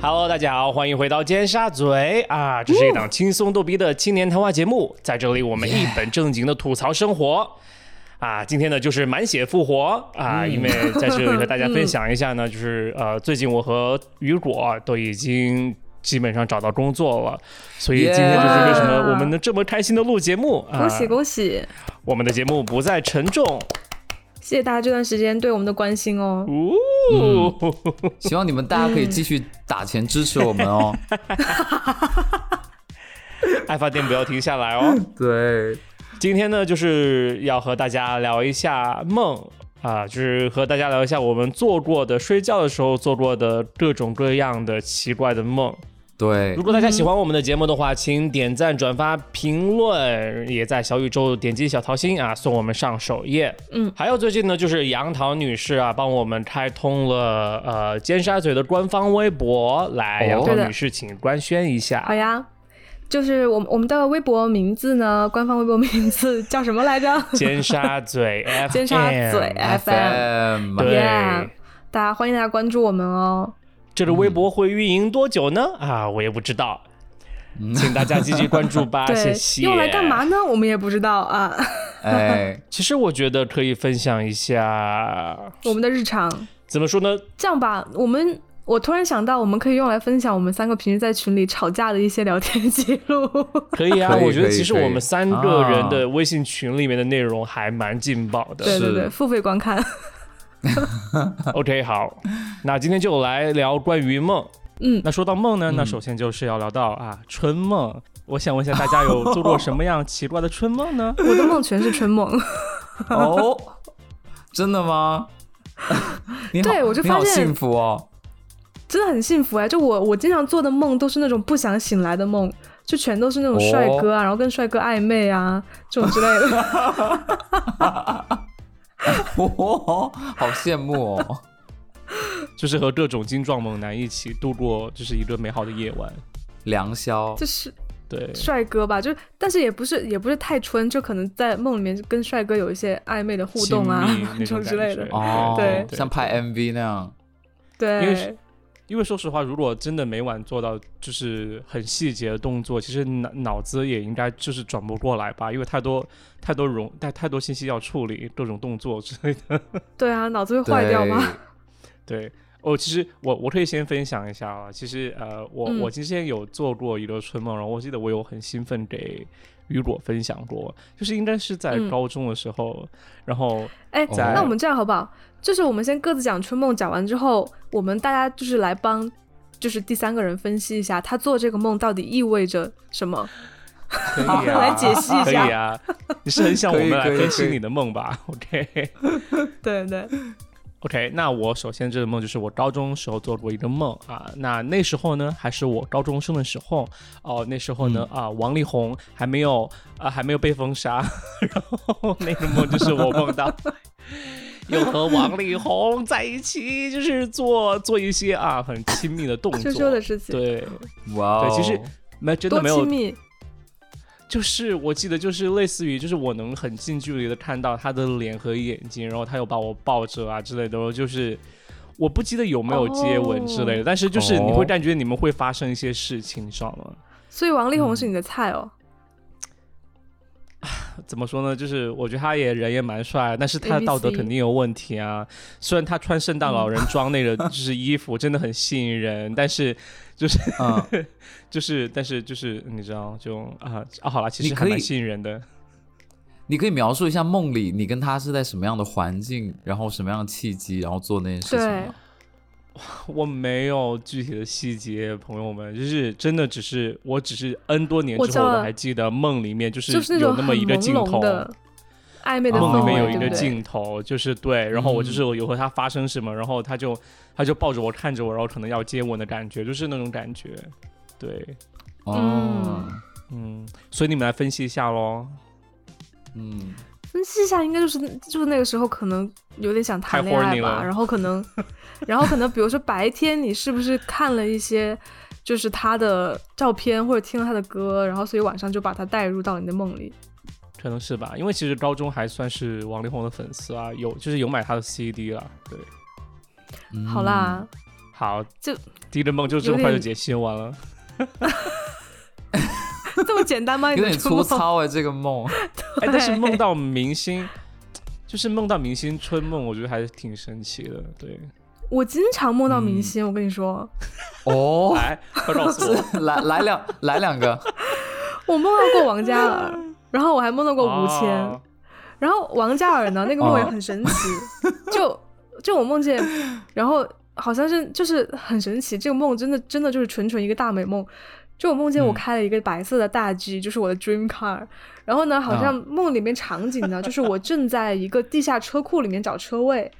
Hello，大家好，欢迎回到尖沙咀啊！这是一档轻松逗逼的青年谈话节目，在这里我们一本正经的吐槽生活。啊，今天呢就是满血复活啊，嗯因为在这里和大家分享一 下呢，就是呃，最近我和雨果啊都已经基本上找到工作了，所以今天就是为什么我们能这么开心的录节目啊恭！喜恭喜！我们的节目不再沉重，谢谢大家这段时间对我们的关心哦。嗯哦，嗯希望你们大家可以继续打钱支持我 们哦。 爱发电不要停下来哦。对，今天呢，就是要和大家聊一下梦啊，就是和大家聊一下我们做过的、睡觉的时候做过的各种各样的奇怪的梦。对如，果大家喜欢我们的节目的话，请点赞、转发、评论，也在小宇宙点击小桃心啊，送我们上首页。嗯，还有最近呢，就是杨桃女士啊，帮我们开通了呃尖沙咀的官方微博，来，哦杨桃对的女士，请官宣一下。 好呀，就是我们我们的微博名字呢，官方微博名 字叫什么来着？尖沙咀 FM，尖沙咀 FM， FM 对 Yeah 大家欢迎大家关注我们哦。这个微博会运营多久呢？啊，我也不知道，请大家积极关注 吧，啊谢对，谢。用来干嘛？呢？我们也不知道啊。 哎，其实我觉得可以分享一下，我们的日常，怎么说呢？这样吧，我们我突然想到，我们可以用来分享我们三个平时在群里吵架的一些聊天记录。 可以啊，可以我觉得可以其实可以我们三个人的啊微信群里面的内容还蛮劲爆的。对对是对，付费观看。 OK，好，那今天就来聊关于梦。嗯，那说到梦呢，那首先就是要聊到啊春梦。我想问一下大家有做过什么样奇怪的春梦呢？我的梦全是春梦。哦，真的吗？ 你好，对我就你好发现幸福哦。 真的很幸福哎！就我我经常做的梦都是那种不想醒来的梦，就全都是那种帅哥啊，哦然后跟帅哥暧昧啊这种之类 的。 哦，好羡慕哦。 就是和各种精壮猛男一起度过，就是一个美好的夜晚。良宵就，是对，帅哥吧，就是但是也不是也不是太春，就可能在梦里面跟帅哥有一些暧昧的互动啊亲密那这种种之类的感觉。哦，对像拍 MV 那样，因为对是，因为说实话，如果真的每晚做到就是很细节的动作，其实脑脑子也应该就是转不过来吧，因为太多太多容太太多信息要处理，各种动作之类的。 对啊，脑子会对，坏掉吗？对，哦，其实我我可以先分享一下啊，其实呃，我、嗯我之前有做过一个春梦，然后我记得我有很兴奋给雨果分享过，就是应该是在嗯高中的时候，然后哎，在那我们这样好不好？就是我们先各自讲春梦，讲完之后，我们大家就是来帮，就是第三个人分析一下他做这个梦到底意味着什么， 可以啊，来解析一可下。以啊，你是很想我们来 可以可以分析可以你的梦吧？OK 对对， OK，那我首先这个梦就是我高中时候做过一个梦啊，那那时候呢还是我高中生的时候哦、那时候嗯呢、啊王力宏还没有啊还没有被封杀， 然后那个梦就是我梦 到。又和王力宏在一起，就是做做一些啊很亲密的动作，羞羞的事情。对，哇哦，对其实没真的多没有亲密，就是我记得就是类似于就是我能很近距离的看到他的脸和眼睛，然后他又把我抱着啊之类的，然后就是我不记得有没有接吻之类的，但是就是你会哦感觉你们会发生一些事情，你知道吗？所以王力宏是你的菜哦。怎么说呢？就是我觉得他也人也蛮帅，但是他的 ABC 道德肯定有问题啊。虽然他穿圣诞老人装那个就是衣服真的很吸引人，但是就是嗯，就是但是就是你知道就啊啊好了，其实你还可以蛮吸引人的。你可以描述一下梦里你跟他是在什么样的环境，然后什么样的契机，然后做那件事情对吗？，我没有具体的细节，朋友们，就是真的只是，我只是 N 多年我之知后，道我了还记得梦里面就是就是有种那很么一个朦镜头啊胧，的暧昧的哦梦里氛围，面有一个对不对镜头，就是对，然后我嗯就是有和他发生什么，然后他就他就抱着我看着我，然后可能要接吻的感觉，就是那种感觉，对，哦，嗯，所以你们来分析一下喽，嗯，分析一下，应该就是就是那个时候可能有点想谈恋太爱 horny 吧，了然后可 能，然后可能比如说白天你是不是看了一些就是他的照片或者听了他的歌，然后所以晚上就把他带入到你的梦里。可能是吧，因为其实高中还算是王力宏的粉丝啊，有就是有买他的 CD 啦，对，嗯好啦，好，就第一个梦就这么快就解析完了。这么简单 吗？有点你的粗梦。糙哎，这个梦。 哎，但是梦到明星，就是梦到明星春梦，我觉得还是挺神奇的。对，我经常梦到明嗯星，我跟你说， 哦，来，快告诉我，来来两来两个，我梦到过王嘉 尔，然后我还梦到过吴谦，哦然后王嘉 尔呢，那个梦也哦很神奇，哦就就我梦见，然后好像是就是很神奇，这个梦真的真的就是纯纯一个大美梦。就我梦见我嗯开了一个白色的大 G，、就是我的 dream car。然后呢，好像哦梦里面场景 呢，就是我正在一个地下车库里面找车位，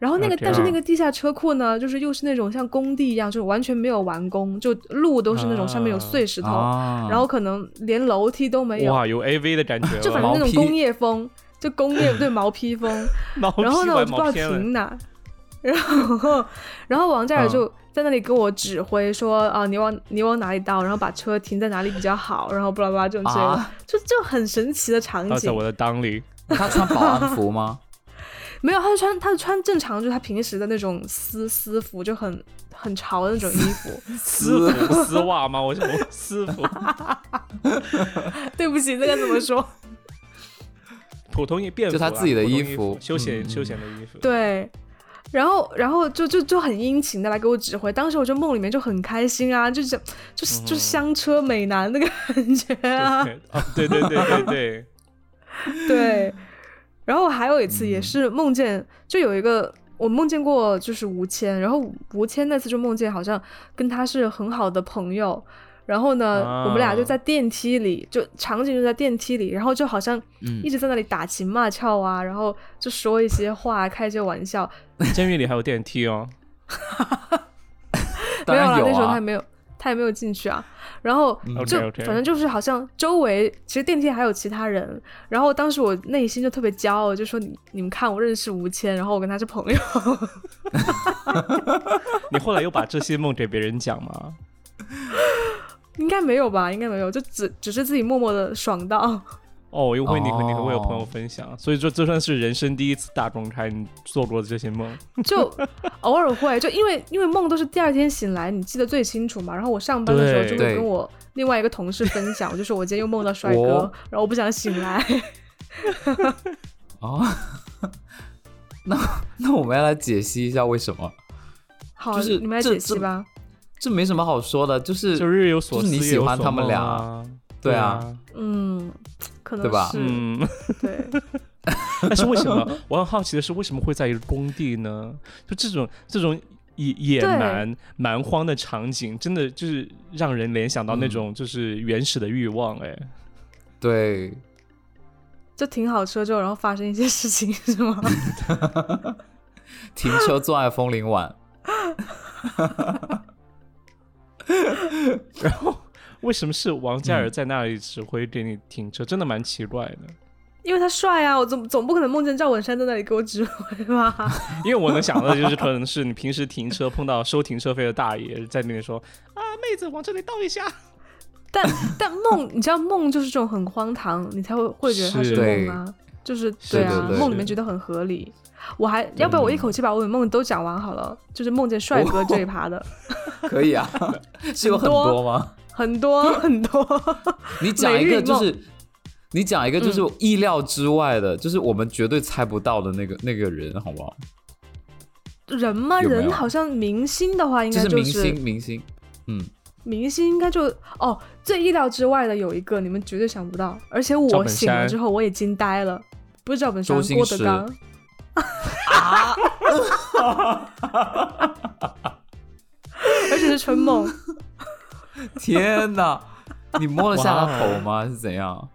然后那个啊这但是那样个地下车库呢，就是又是那种像工地一样，就是完全没有完工，就路都是那种上面有啊碎石头，哦啊然后可能连楼梯都没有，哇，有 AV 的感觉 就反了，正那种毛坯工业风，就工业 对毛坯风。毛然后坯呢，我玩就不知毛道片了。停哪， 然后然后王嘉尔就在那里给我指挥说啊，你往你往哪里倒，然后把车停在哪里比较好，然后巴拉巴拉这种之类的啊，就就很神奇的场倒在景我。的裆里，他穿保安服吗？没有，他就穿他就穿正常，就是他平时的那种丝丝服，就很很潮的那种衣服。丝服丝袜吗？我想我丝 服，对不起，这个怎么说？普通便服就啦，他自己的普通衣衣服休闲嗯休闲的衣服。对，然后然后就就就很殷勤的来给我指挥，当时我就梦里面就很开心啊，就是就是就是香车美男的感觉啊，对，哦对对对对对，对。然后还有一次也是梦见，就有一个我梦见过就是吴谦，然后吴谦那次就梦见好像跟他是很好的朋友。然后呢，我们俩就啊在电梯里，就场景就在电梯里，然后就好像嗯一直在那里打情骂俏啊，然后就说一些话，开一些玩笑，监狱里还有电梯哦。当没有然啦，那时候他啊也，没有，他也没有进去啊。然后嗯就 OK，OK 反正就是好像周围其实电梯还有其他人，然后当时我内心就特别骄傲，就说你你们看我认识吴谦，然后我跟他是朋友， 你后来有把这些梦给别人讲吗？应该没有吧？应该没有，就只只是自己默默的爽到。 哦，因为你和你和我有哦朋友分享，所以说这算是人生第一次大公开，你做过的这些梦。就偶尔会，就因为因为梦都是第二天醒来，你记得最清楚嘛。然后我上班的时候对就会对跟我另外一个同事分享，我就说我今天又梦到帅哥，哦然后我不想醒 来。哦， 那那我们要来解析一下为什么？好，就是你们来这解析这吧。这没什么好说的，就是就日有所思，就是你喜夜有欢所他们梦俩啊，对啊啊，嗯，可能对吧是嗯。对。 但是为什 么？我很好奇的是，为什么会在一个工地呢？就这种这种野野对蛮蛮荒的场景，真的就是让人联想到那嗯种就是原始的欲望、哎，对，就停好车之后，然后发生一些事情 是吗？停车坐爱枫林晚，为什么是王嘉嗯尔在那里指挥给你停车？真的蛮奇怪的，因为他帅啊，我总总不可能梦见赵本山在那里给我指挥吧？因为我能想到的就是可能是你平时停车碰到收停车费的大爷在那里说啊，妹子往这里倒一下， 但但梦，你知道梦就是这种很荒唐，你才会会觉得它是是梦啊，就是是对啊，对对梦里是面觉得很合理。我还要不要我一口气把我的梦都讲完好了？就是梦见帅哥这一趴的，可 以啊，是有很多吗？很多很多。你讲一个就每是，你讲一个就是嗯意料之外的，就是我们绝对猜不到的那个那个人，好不好？人吗？有没有人好像明星的话，应该是明是星，明星，嗯，明星应该就哦，最意料之外的有一个，你们绝对想不到，而且赵我本醒了山之后我也惊呆了，不是赵本山，周星郭德驰纲，啊而且是春梦，天哪，你摸了下他哇头吗？是怎样？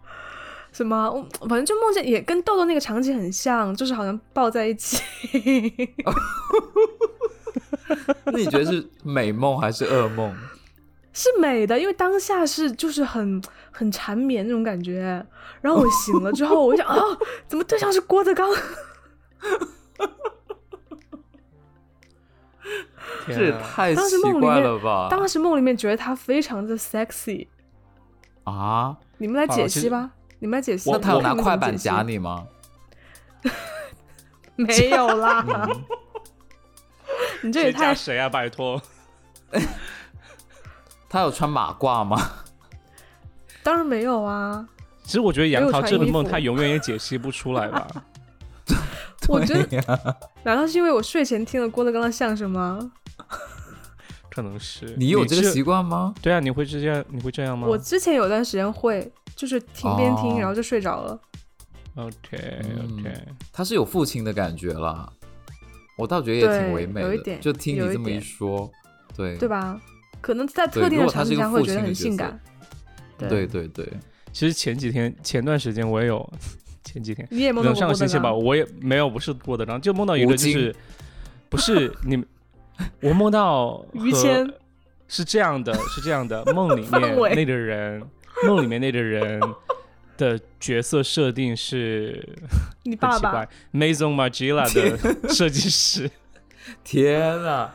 什么，我反正就梦见也跟豆豆那个场景很像，就是好像抱在一起，那你觉得是美梦还是噩梦？是美的，因为当下是就是很很缠绵那种感觉，然后我醒了之后，我想啊，怎么对象是郭德纲？天这也啊太当时奇梦里怪面了吧！当时梦里面觉得他非常的 sexy，啊，你们来好解其析实吧。你们来解析，那他有看拿们怎么快解板析 夹你吗？嗯没有啦， 你这也谁太加谁啊？拜托，他有穿马褂吗？当然没有啊！其实我觉得杨桃这个梦没有穿衣服他永远也解析不出来 吧。我觉 得对呀难道是因为我睡前听了郭德纲的相声吗？可能是 你有这个是习惯吗？对啊，你会这样，你会这样吗我之前有段时间会，就是听边听，嗯哦然后就睡着了。 ？OK 嗯 OK，他是有父亲的感觉啦，我倒觉得也挺唯美对有一的，点就听你这么一有一点说，对对吧？可能在特对定如的果他场是景一个下会父觉得亲的很角性色感。对对对，其实前几天前段时间我也有， 前几天你也梦可能到过上郭个星德期吧，纲？我也没有不是郭德纲，就梦到一吴个就京是不是你们，我梦到于和谦是这样的，是这样 的，梦里范面伟那个人，梦里面那个人的角色设定是你很爸奇爸怪，Maison Margiela 的设计师。天呐，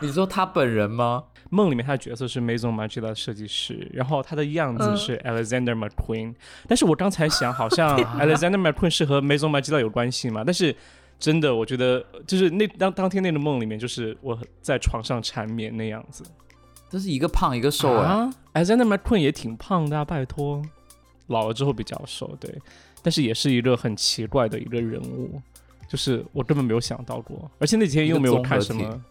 你说他本人吗？梦里面他的角色是 Maison Margiela 的设计师，然后他的样子嗯是 Alexander McQueen，、但是我刚才想，好像 Alexander McQueen 是和 Maison Margiela 有关系嘛？但是真的，我觉得就是那当当天那个梦里面，就是我在床上缠绵那样子。这是一个胖一个瘦哎、啊，Alexander McQueen 也挺胖的、啊，拜托，老了之后比较瘦，对，但是也是一个很奇怪的一个人物，就是我根本没有想到过，而且那几天又没有看什一个综么，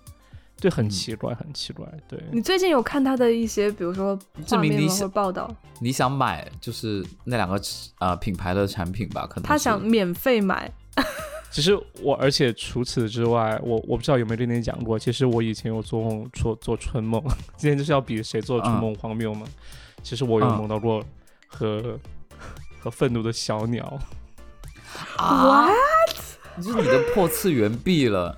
对，很嗯奇怪，很奇怪，对。你最近有看他的一些，比如说证画明面你吗或想者报道？你想买就是那两个呃品牌的产品吧？可能他是想免费买，其实我，而且除此之外，我我不知道有没有跟你讲过，其实我以前有做梦 做做春梦，今天就是要比谁做的春梦荒谬吗？其实我有嗯梦到过和、 和愤怒的小鸟，啊，就是你的破次元壁了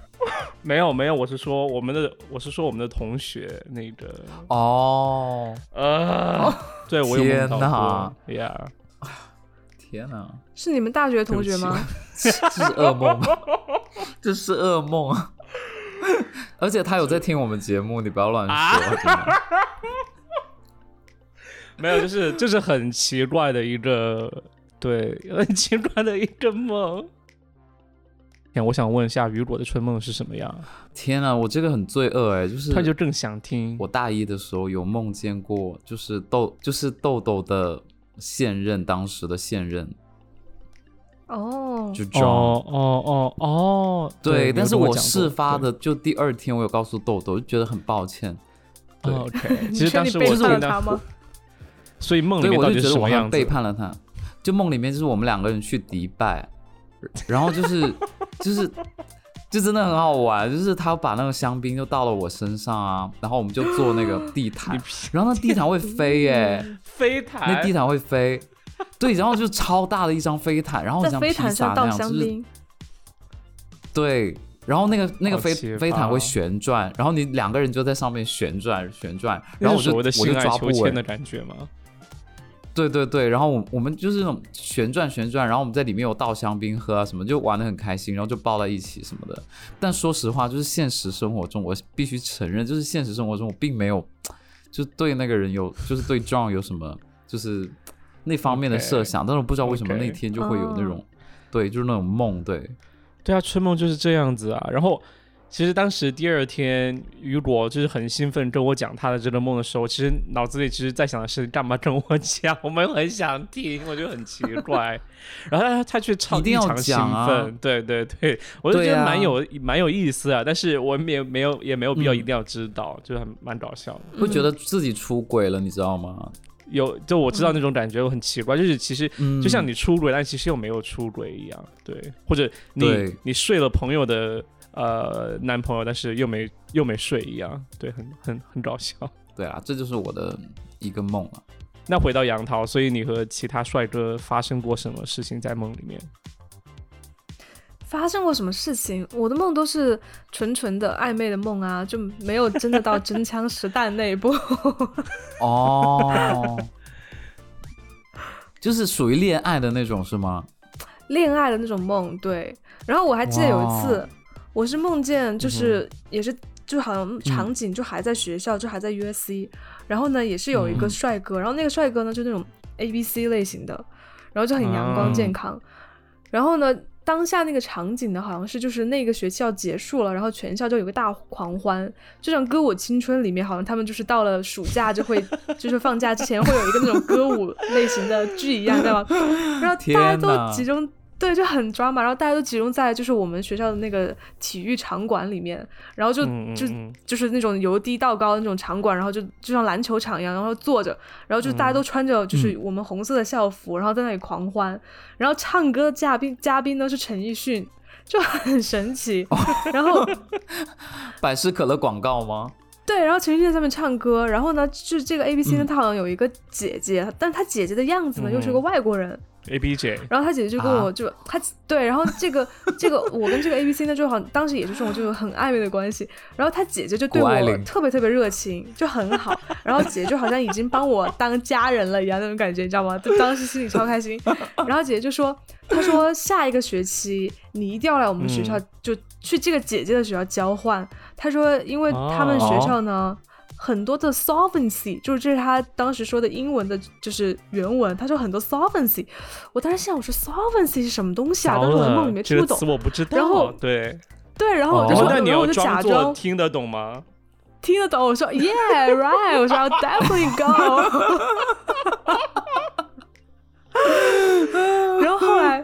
没有没有，我是说我们的，我是说我们的同学那个，哦！呃，对我有梦天到哪过呀，天呐，是你们大学同学吗？这是噩梦吗？ 这是噩梦啊！而且他有在听我们节目，你不要乱说。真的啊没有，就是 就是很奇怪的一个，对，很奇怪的一个梦。哎我想问一下，雨果的春梦是什么样？天呐，我这个很罪恶哎、就是他就更想听。我大一的时候有梦见过，就是豆就是豆豆的现任，当时的现任哦，就 John，、哦哦哦哦，对，你但有是跟我我讲过事发的就第二天，我有告诉豆豆，就觉得很抱歉，对对哦 OK。你其实确当定时背我听叛了他到，吗？所以梦里对，面我到就底是觉得什我么好像样子？背叛了他。就梦里面就是我们两个人去迪拜，然后就是就是就真的很好玩，就是他把那个香槟就倒到我身上啊，然后我们就坐那个地毯你，然后那地毯会飞耶、飞毯那地毯会飞，对，然后就超大的一张飞毯，然后在像飞披毯萨上那倒样，香就是槟，对，然后那个那个好飞奇葩哦飞毯会旋转，然后你两个人就在上面旋转旋转，然那后我是就所我谓的就性爱抓求不签的稳，感觉吗？对对对，然后我我们就是那种旋转旋转，然后我们在里面有倒香槟喝啊什么，就玩的很开心，然后就抱在一起什么的。但说实话，就是现实生活中，我必须承认，就是现实生活中我并没有就对那个人有，就是对 John 有什么就是那方面的 OK，设想但是我不知道为什么 OK 嗯那天就会有那种对，就是那种梦，对，对啊，春梦就是这样子啊。然后，其实当时第二天，雨果就是很兴奋跟我讲他的这个梦的时候，其实脑子里其实在想的是干嘛跟我讲，我们很想听，我觉得很奇怪。然后他他却超一定要异常兴讲啊奋，对对对，我就觉对得啊蛮有、蛮有意思啊。但是我们也没有也没有必要嗯一定要知道，就很蛮搞笑的。会觉得自己出轨了，你知道吗？有就我知道那种感觉，我很奇怪，就是其实嗯就像你出轨，但其实又没有出轨一样，对，或者你对你睡了朋友的呃男朋友，但是又没又没睡一样，对，很很很搞笑。 对啊，这就是我的一个梦啊了。那回到杨桃，所以你和其他帅哥发生过什么事情在梦里面？发生过什么事情？我的梦都是纯纯的暧昧的梦啊，就没有真的到真枪实弹那一步。哦， 就是属于恋爱的那种是吗？恋爱的那种梦，对。然后我还记得有一次哇，嗯我是梦见，就是、也是就好像场景就还在学校，就还在 U S C，然后呢也是有一个嗯帅哥，然后那个帅哥呢就那种 A B C 类型的，然后就很阳光啊健康，然后呢当下那个场景呢，好像是就是那个学期要结束了，然后全校就有个大狂欢，就像《歌舞青春》里面，好像他们就是到了暑假就会， 就是放假之前会有一个那种歌舞类型的剧一样，对吧？然后大家天哪都集中，对，就很抓马，然后大家都集中在就是我们学校的那个体育场馆里面，然后就嗯嗯就嗯就是那种由低到高的那种场馆，然后就就像篮球场一样，然后坐着，然后就嗯大家都穿着就是我们红色的校服，然后在那里狂欢，然后唱歌的嘉宾嘉宾呢是陈奕迅，就很神奇。哦 然后百事可乐广告吗？对，然后陈奕迅在上面唱歌，然后呢，就是这个 A B C 嗯呢，他好像有一个姐姐，但他姐姐的样子呢又是个外国人， A B J，然后他姐姐就跟我就、他对，然后这个这个我跟这个 A B C 呢，就好像当时也是这种就是很暧昧的关系。然后他姐姐就对谷爱我凌特别特别热情，就很好。然后姐姐就好像已经帮我当家人了一样那种感觉，你知道吗？就当时心里超开心。然后姐姐就说：“她说下一个学期你一定要来我们学校，就去这个姐姐的学校交换。”她说：“因为他们学校呢。很多的 solvency，就是这是他当时说的英文的，就是原文。他说很多 solvency，我当时想，我说 solvency 是什么东西啊？当时我在梦里面这听不个懂词。我不知道。然后对，对，然后我就哦说，那你然后要我就装假作装听得懂吗？听得懂。我说 Yeah, right。我说 I'll definitely go。然后后来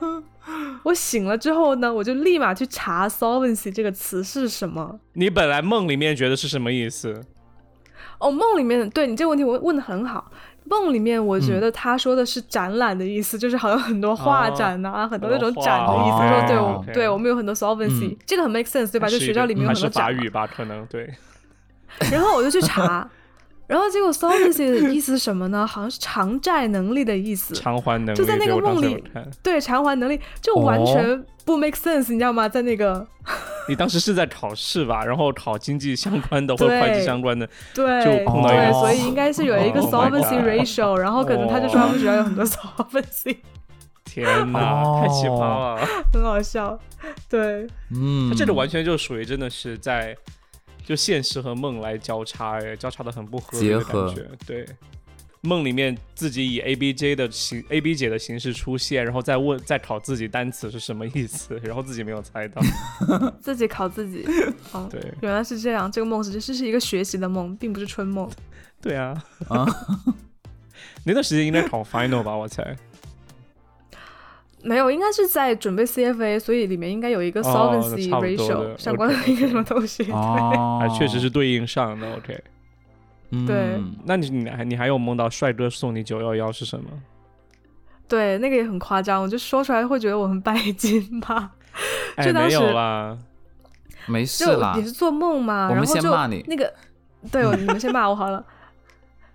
我醒了之后呢，我就立马去查 solvency 这个词是什么。你本来梦里面觉得是什么意思？哦，梦里面对你这个问题我问的很好。梦里面，我嗯觉得他说的是展览的意思，就是好像很多画展呐、啊嗯很多那种展的意思。哦说对，哦我对我们有很多 solvency，、嗯这个很 make sense，对吧？还就是学一校个里面有还很多是展法嘛。语吧？可能 对。然后我就 去查，然后结果 solvency 的意思是什么呢？好像是偿债能力的意思。偿还能力就在那对个我刚才梦有里看对，偿还能力就完全不 make sense，、你知道吗？在那个你当时是在考试吧？然后考经济相关的或者对会计相关的，对就碰到一个对，词所以应该是有一个 Oh my God solvency ratio，、然后可能他就说他们学校有很多 solvency，天哪，哦太奇葩了！很好笑。对，嗯他这个完全就属于真的是在就现实和梦来交叉，哎，交叉的很不合理的结合感觉。对，梦里面自己以 A B J 的形 A B 姐的形式出现，然后再问再考自己单词是什么意思，然后自己没有猜到。自己考自己。哦，对， 原来是这样，这个梦是这是一个学习的梦，并不是春梦。对啊，啊 那段时间应该考 final 吧，我猜。没有，应该是在准备 CFA，所以里面应该有一个哦 solvency 差不多的 ratio、 OK，相关的一个什么东西。 哦啊，确实是对应上的。OK，对嗯那你你还你还有梦到帅哥送你九幺幺是 什么？对，那个也很夸张，我就说出来会觉得我很拜金吧。哎，就当没时有啦，没事就啦也，是做梦嘛，我然们后先就骂你那个，对，我你们先骂我好了。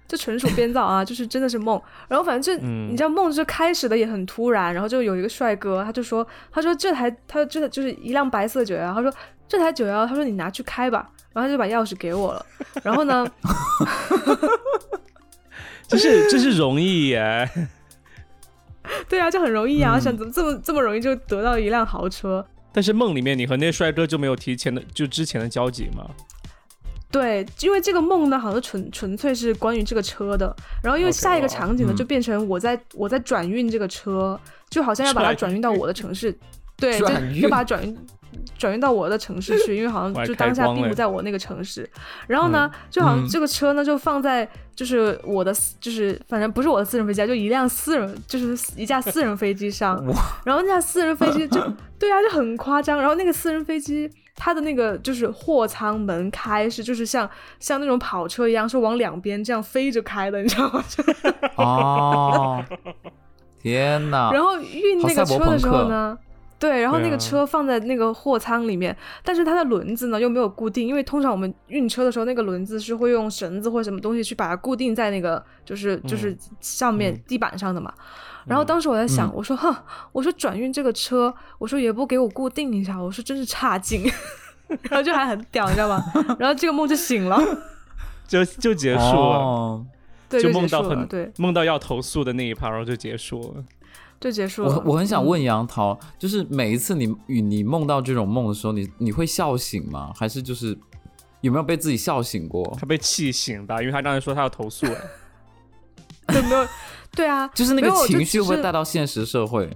就纯属编造啊，就是真的是梦。然后反正就、嗯你知道梦就是开始的也很突然，然后就有一个帅哥，他就说，他说这台他这台就是一辆白色九幺幺，他说这台九幺幺，他说你拿去开吧，然后他就把钥匙给我了。然后呢，这是这是容易耶。对啊，就很容易啊，嗯想怎么这么这么容易就得到一辆豪车？但是梦里面你和那帅哥就没有提前的就之前的交集吗？对，因为这个梦呢，好像纯纯粹是关于这个车的。然后因为 OK，下一个哇场景呢，嗯就变成我在我在转运这个车，就好像要把它转转运到我的城市，对，就转运要把它转运。转运到我的城市去，因 为好哇像就开当下光并嘞不在我那个城市。然后呢，就好像嗯这个车呢就放在就是我的私就是反正不是我的私人飞机啊，就一辆私人就是一架私人飞机上。然后那架私人飞机就对啊，就很夸张。然后那个私人飞机，它的那个就是货舱门开是就是像像那种跑车一样，是往两边这样飞着开的，你知道吗？就 哦，天啊哪！然后运那个车的时候呢，对，然后那对个啊车放在那个货舱里面，但是它的轮子呢又没有固定，因为通常我们运车的时候，那个轮子是会用绳子或者什么东西去把它固定在那个就是就是上面、嗯地板上的嘛。然后当时我在想，嗯我说哼，我说转运这个车，我说也不给我固定一下，我说真是差劲， 然后就还很屌，你知道 吗？然后这个梦就醒了，就就结束了，哦对，就就结梦束到了，很对，梦到要投诉的那一趴，然后就结束了。就结束了。嗯我我很想问杨桃，就是每一次你与你梦到这种梦的时候，你你会笑醒吗？还是就是有没有被自己笑醒过？他被气醒吧，因为他刚才说他要投诉，哎 有没有？对啊，就是那没个有我就情绪只会不会是带到现实社会？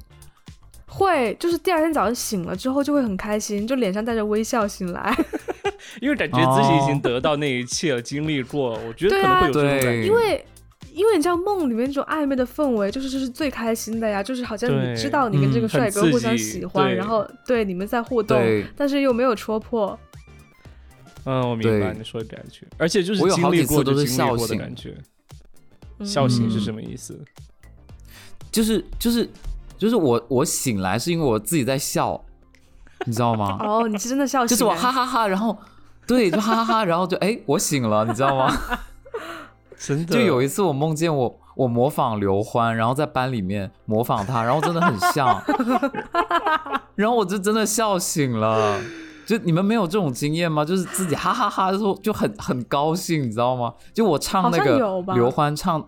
会，就是第二天早上醒了之后就会很开心，就脸上带着微笑醒来。因为感觉自己已经得到那一切了，经历过，我觉得可能会有这种感觉。哦对因为因为你知道梦里面这种暧昧的氛围，就是这是最开心的呀，就是好像对你知道你跟嗯这个帅很哥刺互相激喜欢，对然后对你们在互动对，但是又没有戳破。嗯，我明白对你说的感觉，而且就是我有经好历几次过就都是经历笑过的醒感觉。嗯笑醒是什么意思？就是就是就是我我醒来是因为我自己在笑，你知道吗？哦，你是真的笑醒就了，是我哈哈哈，然后对，就哈哈哈，然后就哎我醒了，你知道吗？真的就有一次我梦见我 我模仿刘欢，然后在班里面模仿他，然后真的很 像，然后我就真的笑醒了。就你们没有这种经验吗？就是自己哈哈哈的时候就很很高兴，你知道吗？就我唱那好像个有吧刘欢唱，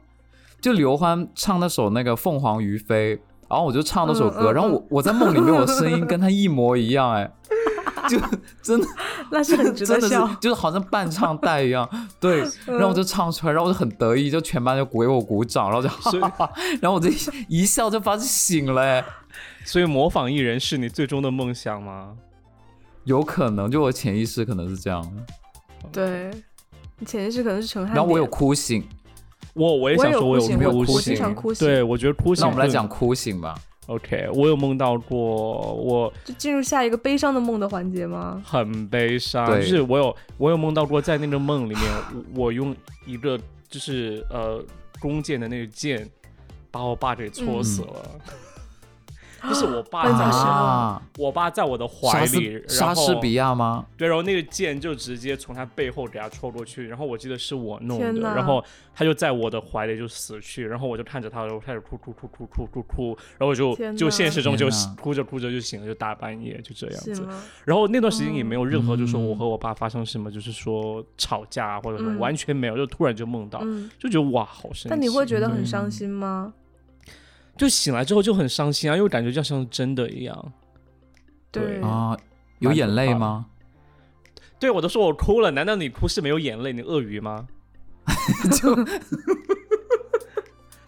就刘欢唱那首那个《凤凰于飞》，然后我就唱那首歌，嗯嗯嗯然后我我在梦里面我的声音跟他一模一样， 哎，就真的 那是很值得真的是笑。就是好像伴唱带一样，对，然后我就唱出来，然后我就很得意，就全班就给我鼓掌，然后就哈所以哈哈，然后我这一笑就发现醒了，哎所以模仿艺人是你最终的梦想吗？有可能就我潜意识可能是这样，对，你潜意识可能是陈汉典。然后我有哭醒，我我也我想有说，哭有醒没我有哭哭醒我醒经常哭？醒对，我觉得哭醒。嗯那我们来讲。哭醒吧， OK，我有梦到过，我就进入下一个悲伤的梦的环节吗？很悲伤，就对是我有我有梦到过，在那个梦里面，我我用一个就是呃弓箭的那个箭，把我爸给戳死了。 就是我爸那在我你怎么的，杀啊，我爸在我的怀莎里士，然莎后士比亚吗？对，然后那个箭就直接从他背后给他戳过去，然后我记得是我弄天的，哪然后他就在我的怀里就死去，然后我就看着他，然后开始哭哭哭哭哭哭哭，然后我就天就哪现实中就天哪哭着哭着就醒了，就大半夜就这样醒子。了，然后那段时间也没有任何嗯就说我和我爸发生什么，就是说吵架啊或者什么，嗯完全没有，就突然就梦到，嗯。就觉得哇好神奇。但你会觉得很伤心吗？就醒来之后就很伤心啊，因为感觉就像是真的一样。对对啊，有眼泪吗？对我都说我哭了，难道你哭是没有眼泪？你鳄鱼吗？ 就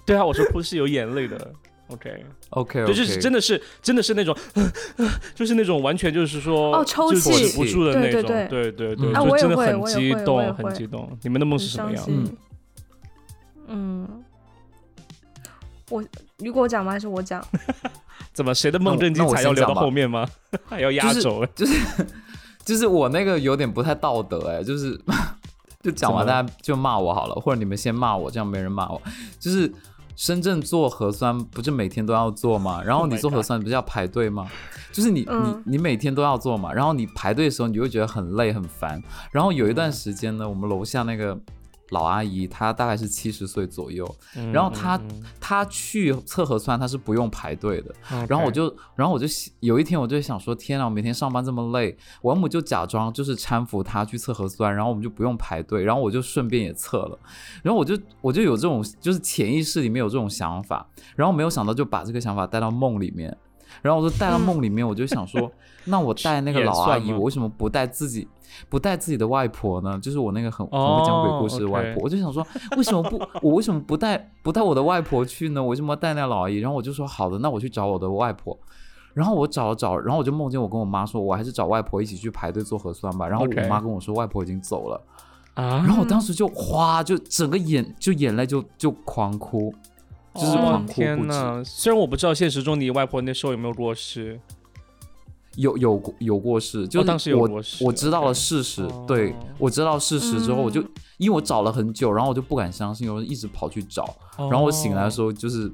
对啊，我说哭是有眼泪的。OK， OK，对，就是真的的是真的是那种， 就是那种完全就是说哦抽就泣止不住的那对对种，对对对嗯对，啊就我也真的会很我也激会我也动，很会激动。你们的梦很是什么伤样？心。嗯，我如果我讲吗？还是 我讲？怎么谁的那梦我正经那我才要先留到讲吧后面吗？ 还要压就是轴？就是我那个有点不太道德哎、就是 就怎讲么完了大家就骂我好了，或者你们先骂我，这样没人骂我。就是深圳做核酸不是每天都要做吗？然后 Oh my 你做核酸不是要排队吗？就是你嗯你你每天都要做嘛，然后你排队的时候你就会觉得很累很烦。然后有一段时间嗯呢，我们楼下那个老阿姨她大概是七十岁左右， 然后她嗯她去测核酸她是不用排队的，嗯 然后我就，然后我就想有一天我就想说，天啊，我每天上班这么累，我要么就假装就是搀扶他去测核酸，然后我们就不用排队，然后我就顺便也测了，然后我就我就有这种就是潜意识里面有这种想法，然后没有想到就把这个想法带到梦里面，然后我就带到梦里面，我就想 说，那我带那嗯个也老阿算姨，吗我为什么不带自己不带自己的外婆呢？就是我那个很很会讲鬼故事的外哦婆，，OK 我就想说，为什么不 我为什么不带不带我的外婆去呢？我为什么要带那老阿姨？然后我就说好的，那我去找我的外婆。然后我找了找，然后我就梦见我跟我妈说，我还是找外婆一起去排队做核酸吧。然后 OK 我妈跟我说，外婆已经走了。啊然，后我当时就哗，就整个眼就眼泪就就狂哭， 就是哦狂哭天不止。呐，虽然我不知道现实中你外婆那时候有没有过世，有有过有过世，就哦是当时有我、过世我知道 OK 了事实，哦对我知道事实之后，我就嗯因为我找了很久，然后我就不敢相信，我就一直跑去找，哦然后我醒来的时候就是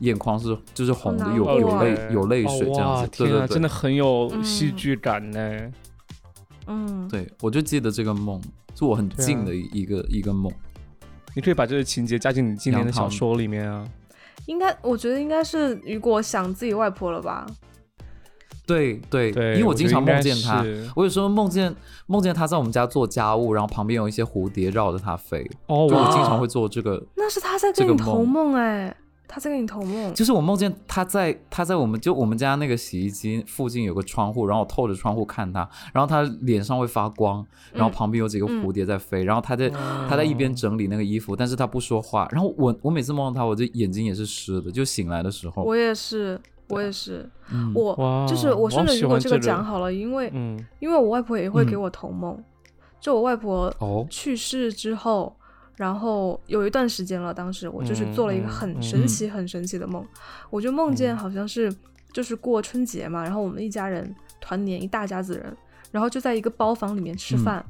眼眶是就是红的，难有过哦有啊泪有泪水这样哇子，对天啊对对，真的很有嗯戏剧感呢。嗯，对我就记得这个梦是我很对啊近的一个、一个梦，你可以把这个情节加进你今年的小说里面啊。应该我觉得应该是雨果想自己外婆了吧？对对对，因为我经常梦见他我觉得应该是。我有时候梦见梦见他在我们家做家务，然后旁边有一些蝴蝶绕着他飞，哦，就我我经常会做这个那是他在这个跟你投梦梦哎、他在跟你投梦。就是我梦见他在他在我们就我们家那个洗衣机附近有个窗户，然后我透着窗户看他，然后他脸上会发光，然后旁边有几个蝴蝶在飞，然后他在、他在一边整理那个衣服，但是他不说话。然后我我每次梦到他，我这眼睛也是湿的，就醒来的时候，我也是，我也是，嗯哇我就是我顺我着喜雨果欢这这个个讲好了，因为嗯因为我外婆也会给嗯我同梦，就我外婆哦去世之后，然后有一段时间了，当时我就是嗯做了一个嗯很嗯神奇、很神奇的梦，我就梦见好像是就是过春节嘛，然后我们一家人团年一大家子人，然后就在一个包房里面吃嗯饭，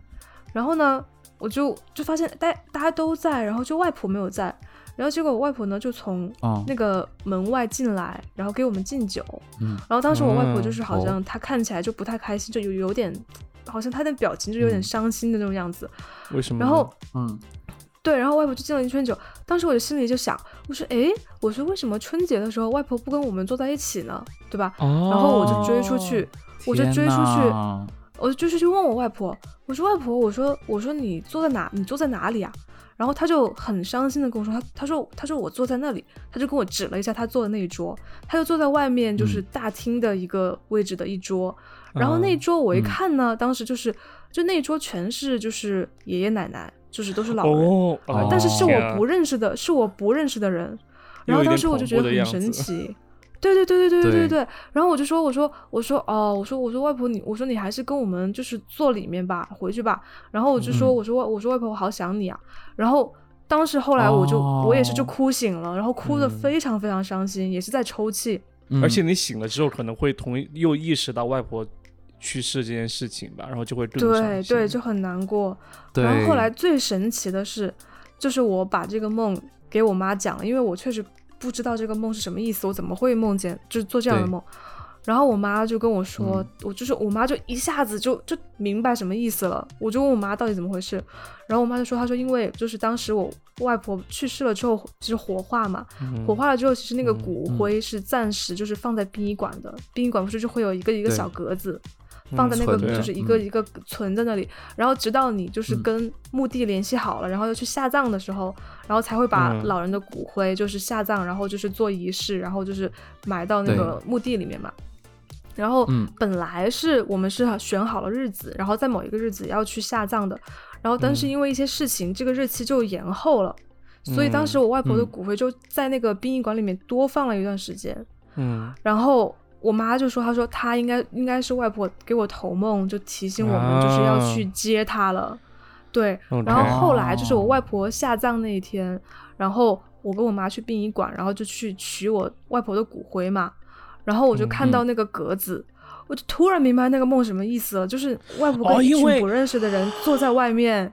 然后呢，我就就发现大大家都在，然后就外婆没有在，然后结果我外婆呢就从哦那个门外进来，然后给我们敬酒。嗯然后当时我外婆嗯就是好像她看起来就不太开心，就有有点，好像她的表情就有点嗯伤心的那种样子。为什么呢？然后嗯对，然后外婆就敬了一圈酒。当时我的心里就想，我说诶，我说为什么春节的时候外婆不跟我们坐在一起呢？对吧？哦，然后我就追出去，我就哦天追出去，哪我就追出去问我外婆，我说外婆，我说我说你坐在哪？你坐在哪里啊？然后她就很伤心的跟我说，她她说她说我坐在那里，她就跟我指了一下她坐的那一桌，她就坐在外面就是嗯大厅的一个位置的一桌，然后啊那一桌我一嗯看呢，当时就是就那一桌全是就是爷爷奶奶，就是都是老人，哦，哦但是是天啊我不认识的，是我不认识的人。又然后有当点时我恐就怖觉得的很样神子奇。对对对对对对对对对，然后我就说，我说我说哦，我说我说外婆你，我说你还是跟我们就是坐里面吧，回去吧。然后我就说，嗯我说外我说外婆，我好想你啊。然后当时后来我就、我也是就哦哭醒了，然后哭的嗯非常非常伤心，也是在抽泣。嗯而且你醒了之后，可能会同又意识到外婆去世这件事情吧，然后就会更对伤心对，就很难过。对然后后来最神奇的是，就是我把这个梦给我妈讲了，因为我确实不知道这个梦是什么意思，我怎么会梦见就是做这样的对梦。然后我妈就跟我说，嗯我就是我妈就一下子就就明白什么意思了。我就问我妈到底怎么回事，然后我妈就说，她说因为就是当时我外婆去世了之后，就是火化嘛，嗯火化了之后，其实那个嗯骨嗯灰是暂时就是放在殡仪馆的，殡仪馆不是就会有一个一个对小格子，放在那个嗯存着就是一个嗯一个存在那里，然后直到你就是嗯跟墓地联系好了，然后要去下葬的时候，然后才会把嗯老人的骨灰就是下葬，然后就是做仪式，然后就是埋到那对个墓地里面嘛。然后嗯本来是我们是选好了日子，然后在某一个日子要去下葬的，然后但是嗯因为一些事情，这个日期就延后了。所以当时我外婆的嗯骨灰就在那个殡仪馆里面多放了一段时间。嗯，然后我妈就说：“她说她应该应该是外婆给我头梦，就提醒我们就是要去接她了。对，啊 OK 哦然后后来就是我外婆下葬那一天，然后我跟我妈去殡仪馆，然后就去取我外婆的骨灰嘛。然后我嗯就看到那个格子，我就突然明白那个梦什么意思了，就是外婆哦跟一因为群不认识的人坐在外面。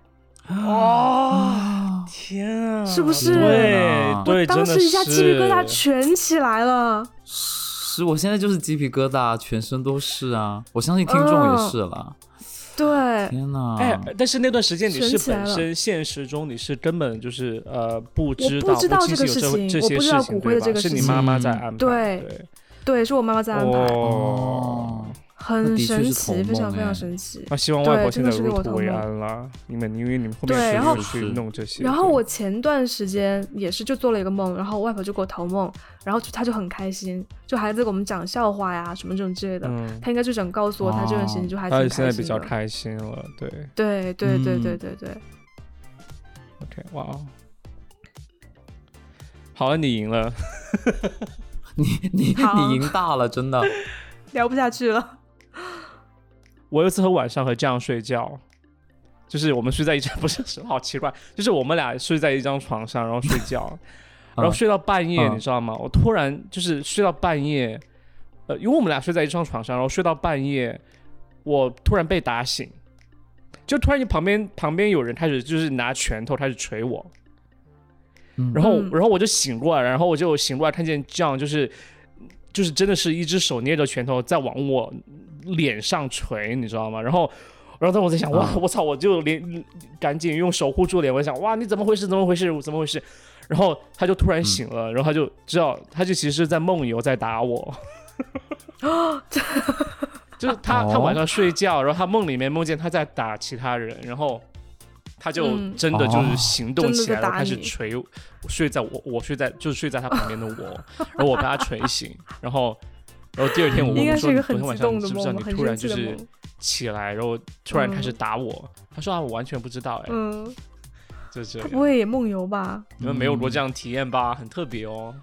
哦，啊天啊，是不是对我对，当真的时一下鸡皮疙瘩是全起来了。是我现在就是鸡皮疙瘩，全身都是啊！我相信听嗯众也是啦。对，天哪！哎，但是那段时间你神是奇来本了身现实中你是根本就是呃不知不道知道清这个晰有事这情这我些不知道事情骨灰对的这吧个是事你情妈妈在嗯安排对对对，是我妈妈在安排，哦哦，那很的确神是奇，同非常梦非常哎神奇。那希望外婆对真现的在是给入我土头为痛安啦，你们因为你们后面对是然后不是去弄这些，然后对我前段时间也是就做了一个梦，然后我外婆就给我投梦，然后就她就很开心，就还在给我们讲笑话呀什么这种之类的。嗯，她应该就想告诉我，她这段时间哦就还挺而开且心现的。在比较开心了，对对对对对嗯对对， ，OK，哇哦，好了，你赢了， 你你好你赢大了，真的。聊不下去了。我有一次和晚上和这样睡觉，就是我们睡在一张， 不是什么好奇怪，就是我们俩睡在一张床上，然后睡觉，然后睡到半夜，嗯你知道吗？我突然就是睡到半夜，呃，因为我们俩睡在一张床上，然后睡到半夜，我突然被打醒，就突然间旁边旁边有人开始就是拿拳头开始捶我，嗯然后嗯然后我就醒过来，然后我就醒过来看见这样就是。就是真的是一只手捏着拳头在往我脸上捶，你知道吗？然后，然后当我在想，哇，嗯我操，我就连赶紧用手护住脸，我想，哇，你怎么回事？怎么回事？怎么回事？然后他就突然醒了，然后他就知道，他就其实是在梦游在打我。 哦就是他，他哦晚上睡觉，然后他梦里面梦见他在打其他人，然后他就嗯哦真的就哦是行动真的起在来了，打开始你捶我，睡在我我睡在就是睡在他旁边的 我，然后我被他捶醒，然后然后第二天 我问应我该说是一你昨个很天晚激上动你的知不知道梦，你很突然生就气的是梦。起来，然后突然开始嗯打我，他说啊我完全不知道哎，嗯，就这她样不。会也梦游吧？你们没有过这样体验吧？很特别哦。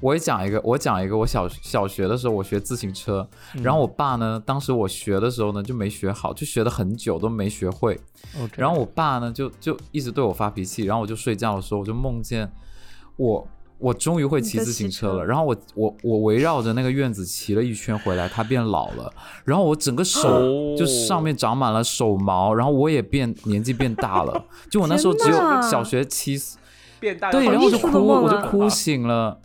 我也讲一个，我讲一个，我小小学的时候我学自行车，嗯然后我爸呢，当时我学的时候呢就没学好，就学了很久都没学会，哦这然样后我爸呢，就就一直对我发脾气，然后我就睡觉的时候，我就梦见我我终于会骑你在自行骑车车了。然后我我我围绕着那个院子骑了一圈回来，它变老了，然后我整个手哦就上面长满了手毛，然后我也变年纪变大了。就我那时候只有天哪小学七四，变大对，好然后我艺就术的哭，梦我就啊哭醒了。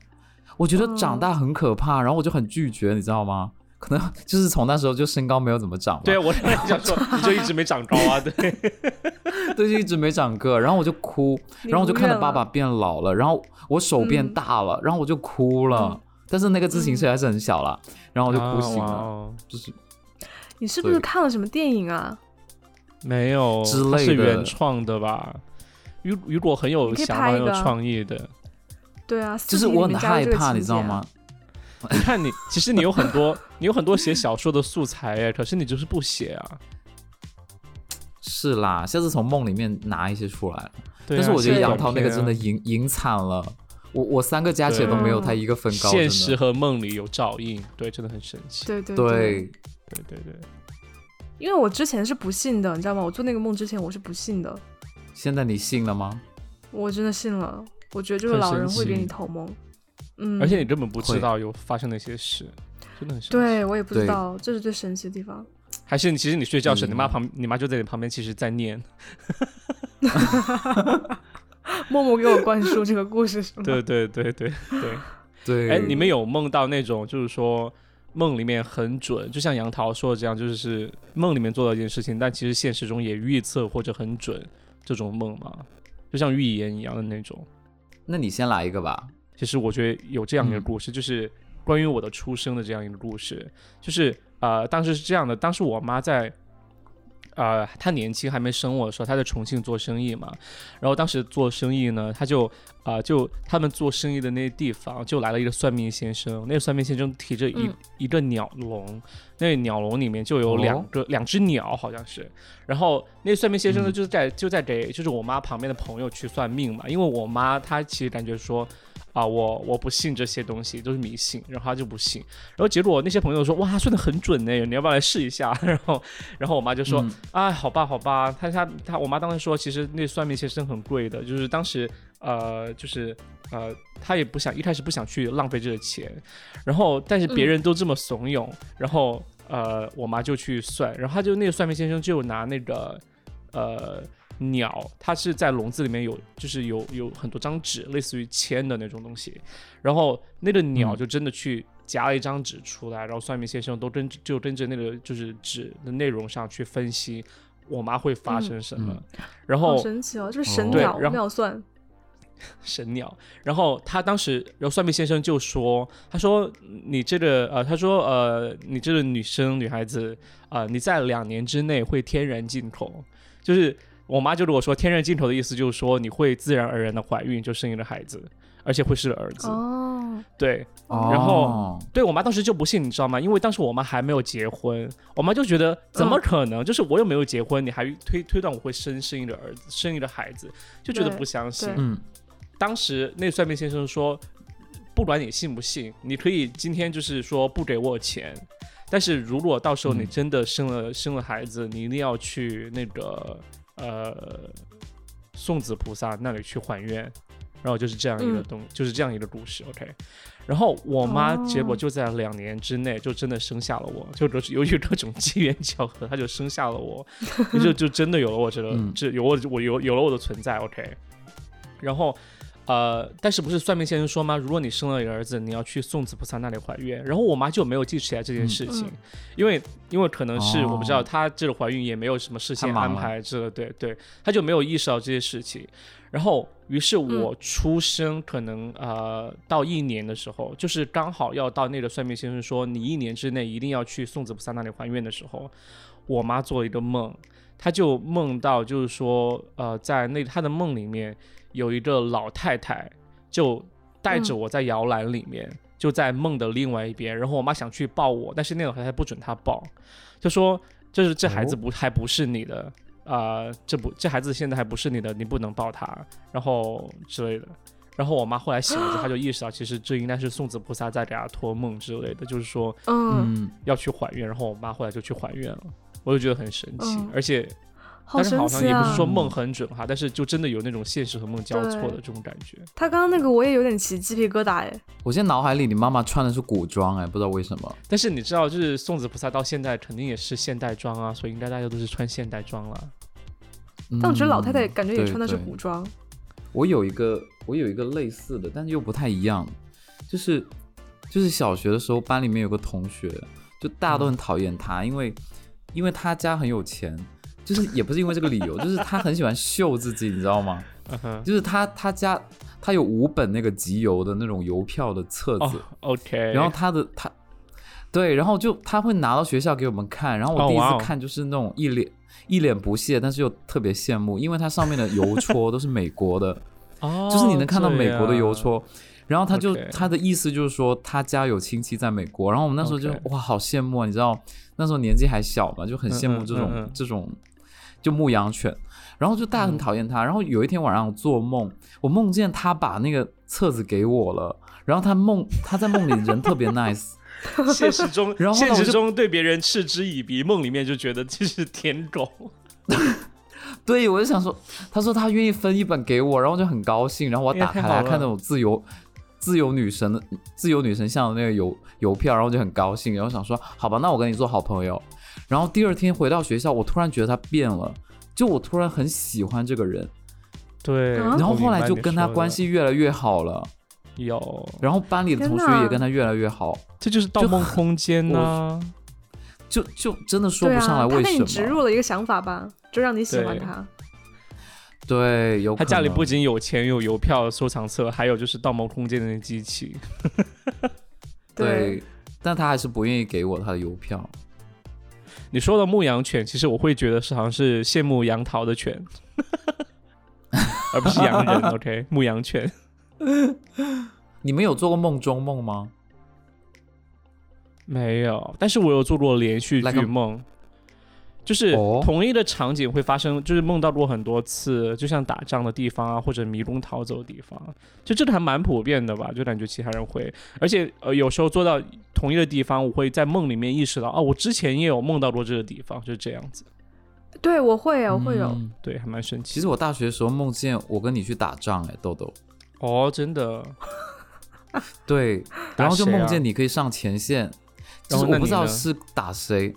我觉得长嗯大很可怕，然后我就很拒绝，你知道吗？可能 就是从那时候就身高没有怎么长嘛，对，我也想说，你就一直没长高啊，对，对，就一直没长个，然后我就哭，你然后我就如看着愿爸爸了变老了，然后我手变嗯大了，然后我就哭了，但是那个自行车还是很小啦，然 后我就哭啊醒啊了，哦了，就是你是不是对看了什么电影啊？没有之它是类的原创的吧？雨雨果很有你可以想法，拍一很有个啊创意的。对啊，四就是级里我很面加入害这个怕，情你知道节啊吗？？你看你，其实你有很多， 你有很多写小说的素材哎，可是你就是不写啊。是啦，下次从梦里面拿一些出来了。对啊但是我觉得写杨短桃那个篇啊真的赢赢惨了，我我三个加起来都没有他一个分高，现真实的和梦里有照应，对，真的很神奇。对对对，对，对对对，因为我之前是不信的，你知道吗？我做那个梦之前我是不信的，现在你信了吗？我真的信了。我觉得就是很老人神会给奇你投蒙，嗯，而且你根本不知会道有发生那些事，真的很神奇。，对我也不知对道，这是最神奇的地方。 还是你其实你睡觉时，你妈嗯旁你妈就在你旁边，其实在念。默默给我灌输这个故事是吗？ 对对对对对。对，哎，你们有梦到那种就是说梦里面很准，就像杨桃说的这样，就是梦里面做到一件事情，但其实现实中也预测或者很准这种梦吗？就像预言一样的那种。那你先来一个吧。其实我觉得有这样一个嗯故事，就是关于我的出生的这样一个故事。就是呃，当时是这样的，当时我妈在。呃，她年轻还没生我的时候，她在重庆做生意嘛，然后当时做生意呢，她就啊、就他们做生意的那地方，就来了一个算命先生，那个算命先生提着一、嗯一个鸟笼，那鸟笼里面就有两哦个、两只鸟好像是，然后那算命先生呢嗯就在、就在给就是我妈旁边的朋友去算命嘛，因为我妈她其实感觉说。啊，我我不信这些东西，都是迷信，然后她就不信，然后结果那些朋友说，哇，她算的很准呢，你要不要来试一下？ 然后，然后我妈就说，嗯哎，好吧，好吧，他他他，我妈当时说，其实那算命先生很贵的，就是当时呃，就是呃，他也不想一开始不想去浪费这个钱，然后但是别嗯人都这么怂恿，然后呃，我妈就去算，然后他就那个算命先生就拿那个呃鸟，它是在笼子里面有就是有有很多张纸，类似于签的那种东西，然后那个鸟嗯就真的去夹了一张纸出来，然后算命先生都跟就跟着那个就是纸的内容上去分析我妈会发生什么，嗯然好后神奇哦，就是神哦对鸟然后妙算，神鸟，然后他当时，然后算命先生就说，他说你这个呃，他说呃，你这个女生女孩子啊、呃你在两年之内会天然进口，就是我妈就跟我说，天然进口的意思就是说你会自然而然的怀孕就生一个孩子，而且会是个儿子，哦，对，然然哦后对我妈当时就不信，你知道吗？因为当时我妈还没有结婚，我妈就觉得怎么可能？就是我又没有结婚，你还推推断我会生生一个儿子，生一个孩子，就觉得对不相信对。嗯，当时那算命先生说，不管你信不信，你可以今天就是说不给我钱，但是如果到时候你嗯真的生了、生了孩子，你一定要去那个呃送子菩萨那里去还愿。然后就是这样一个嗯东，就是这样一个故事，OK。然后我妈哦结果就在两年之哦内就真的生下了我，就各由于各种机缘巧合，她就生下了 我，就就真的有了我这个，嗯这有我我有有了我的存在，OK。然后，呃，但是不是算命先生说吗？如果你生了一个儿子，你要去送子菩萨那里怀孕。然后我妈就没有记起来这件事情，嗯因为因为可能是、哦我不知道她这个怀孕也没有什么事先太忙安了排之类的，对对，她就没有意识到这些事情。然后，于是嗯我出生可能、呃到一年的时候，就是刚好要到那个算命先生说你一年之内一定要去送子菩萨那里还愿的时候，我妈做了一个梦，她就梦到就是说呃在那她的梦里面有一个老太太就带着嗯我在摇篮里面。就在梦的另外一边，然后我妈想去抱我，但是那老太太不准她抱，就说就是这孩子哦不、还不是你的，呃啊，这不这孩子现在还不是你的，你不能抱他，然后之类的。然后我妈后来醒 了之后，她就意识到其实这应该是送子菩萨在给她托梦之类的，就是说嗯，嗯，要去还愿。然后我妈后来就去还愿了，我就觉得很神奇，嗯而且好但是神好像奇也不是啊！说梦很准哈，但是就真的有那种现实和梦交错对的这种感觉。他刚刚那个我也有点起鸡皮疙瘩哎，嗯我现在脑海里你妈妈穿的是古装，哎，不知道为什么。但是你知道，就是送子菩萨到现在肯定也是现代装啊，所以应该大家都是穿现代装了。但我觉得老太太感觉也对穿的是对古装，嗯我有一个，我有一个类似的，但是又不太一样，就是就是小学的时候，班里面有个同学，就大家都很讨厌嗯他，因为因为他家很有钱，就是也不是因为这个理 由，就是他很喜欢秀自己，你知道吗？嗯哼，就是他他家他有五本那个集邮的那种邮票的册子，哦，OK。然后他的他，对，然后就他会拿到学校给我们看，然后哦我第一哇哦次看就是那种一脸、一脸不屑，但是又特别羡慕，因为它上面的邮戳都是美国的，哦，啊就是你能看到美国的邮这样戳。然后他就 OK 他的意思就是说他家有亲戚在美国，然后我们那时候就 OK 哇好羡慕啊，你知道那时候年纪还小嘛，就很羡慕这种嗯嗯嗯嗯这种就牧羊犬，然后就大家很讨厌他。然后有一天晚上我做梦，我梦见他把那个册子给我了，然后他梦他在梦里人特别 nice，现实中，然后呢现我实就中对别人嗤之以鼻，梦里面就觉得这是舔狗。对，我就想说，他说他愿意分一本给我，然后我就很高兴，然后我哎呀打开太好来了看那种自由自由女神的自由女神像的那个邮邮票，然后我就很高兴，然后想说好吧，那我跟你做好朋友。然后第二天回到学校，我突然觉得他变了，就我突然很喜欢这个人，对，啊然后后来就跟他关系越来越好了，有，然后班里的同学天哪也跟他越来越好，这就是《盗梦空间》呐。就就真的说对不上来啊，他为给什你植么。入了一个想法吧，就让你喜欢对他。对，有他家里不可能仅有钱，有邮票、收藏册，还有就是《盗梦空间》的那机器。对，对，但他还是不愿意给我他的邮票。你说的牧羊犬，其实我会觉得是好像是羡慕杨桃的 犬，而不是洋人。OK，牧羊犬。你们有做过梦中梦吗？没有，但是我有做过连续 Like 剧 a- 梦就是哦同一的场景会发生，就是梦到过很多次，就像打仗的地方啊，或者迷宫逃走的地方，就这个还蛮普遍的吧，就感觉其他人会，而且呃有时候做到同一的地方，我会在梦里面意识到，哦，我之前也有梦到过这个地方，就这样子，对，我会啊，我会有。嗯对，还蛮神奇。其实我大学的时候梦见我跟你去打仗、哎，豆豆。哦，真的，对，打 然后就谁啊梦见你可以上前线，就啊然是后我那不你知道呢是打谁，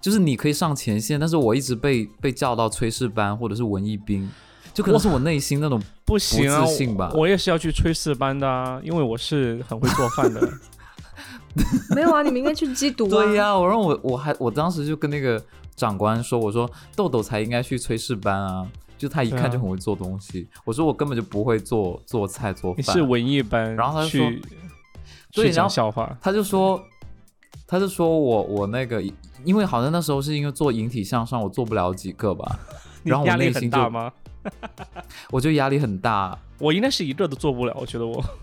就是你可以上前线，但是我一直被被叫到炊事班或者是文艺兵，就可能是我内心那种不行啊，不自信吧我我也是要去炊事班的啊，因为我是很会做 饭的。没有啊，你们应该去缉毒 啊。对呀、我让我我还我当时就跟那个长官说，我说豆豆才应该去炊事班啊。就他一对啊看就很会做东西，我说我根本就不会做做菜做你饭。是文艺班，然后他就说去去对然讲后笑话，他就说，他就说我我那个，因为好像那时候是因为做引体向上，我做不了几个吧，你然后我压力内很心大就吗？我就压力很大。我应该是一个都做不了，我觉得我。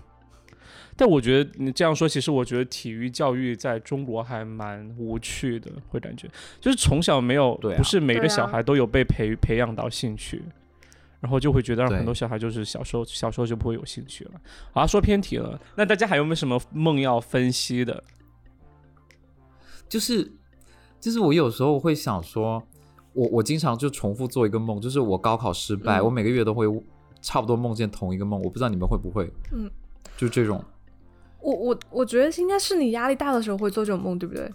但我觉得你这样说，其实我觉得体育教育在中国还蛮无趣的，会感觉就是从小没有，对啊不是每个对啊小孩都有被培培养到兴趣，然后就会觉得让对很多小孩就是小时候小时候就不会有兴趣了。好、啊，说偏题了，那大家还有没有什么梦要分析的？就是就是我有时候会想说，我我经常就重复做一个梦，就是我高考失败，嗯我每个月都会差不多梦见同一个梦，我不知道你们会不会，嗯，就这种。我我我觉得应该是你压力大的时候会做这种梦，对不对？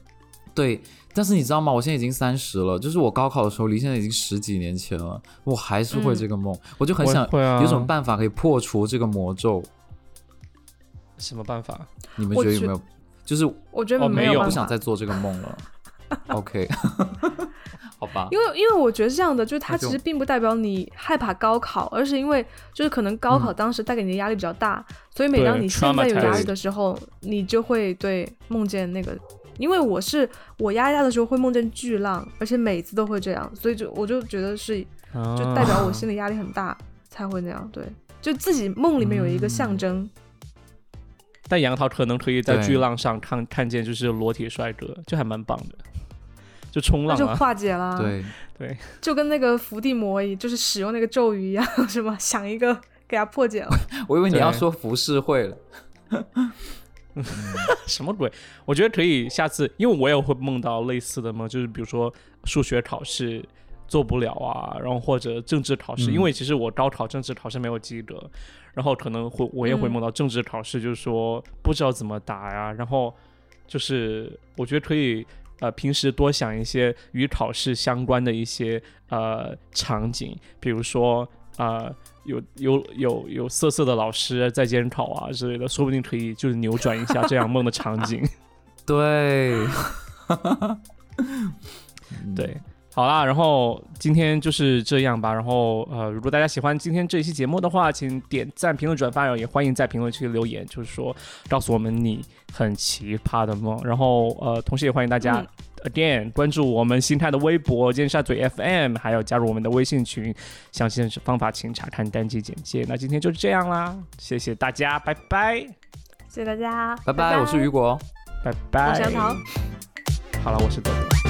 对，但是你知道吗？我现在已经三十了，就是我高考的时候，离现在已经十几年前了，我还是会嗯这个梦，我就很我也想、会啊有什么办法可以破除这个魔咒。什么办法？你们我觉得有觉没有？就是我我觉哦得没有有办法。不想再做这个梦 了。OK，好吧因。为因为我觉得这样的，就是它那就其实并不代表你害怕高考，而是因为就是可能高嗯考当时带给你的压力比较大，所以每对当你现在有压 traumatized 力的时候，你就会对梦见那个。因为我是我压力大的时候会梦见巨浪，而且每次都会这样，所以就我就觉得是啊就代表我心里压力很大才会那样。对，就自己梦里面有一个象征，但杨桃可能可以在对巨浪上看看见就是裸体帅哥，就还蛮棒的，就冲那浪就啊，化解啦。嗯对，对， 就跟那个伏地魔一，就是使用那个咒语一样，什么想一个给它破解了。我以为你要说浮世绘了。 什么鬼？我觉得可以下次，因为我也会梦到类似的梦，就是比如说数学考试做不了啊，然后或者政治考试，嗯因为其实我高考政治考试没有及格，然后可能会我也会梦到政治考试，就是说不知道怎么答呀、然后就是我觉得可以。呃，平时多想一些与考试相关的一些呃场景，比如说啊、有有有有色色的老师在监考啊之类的，说不定可以就是扭转一下这样梦的场景。对， 嗯对，好啦，然后今天就是这样吧。然后呃，如果大家喜欢今天这一期节目的话，请点赞、评论、转发，然后也欢迎在评论区留言，就是说告诉我们你很奇葩的梦。然后呃，同时也欢迎大家、嗯 again 关注我们心态的微博“尖沙咀 FM”，还有加入我们的微信群。详细的方法请查看单集简介。那今天就是这样啦，谢谢大家，拜拜，谢谢大家，拜拜，我是雨果。拜拜。我是杨桃。好了，我是豆豆。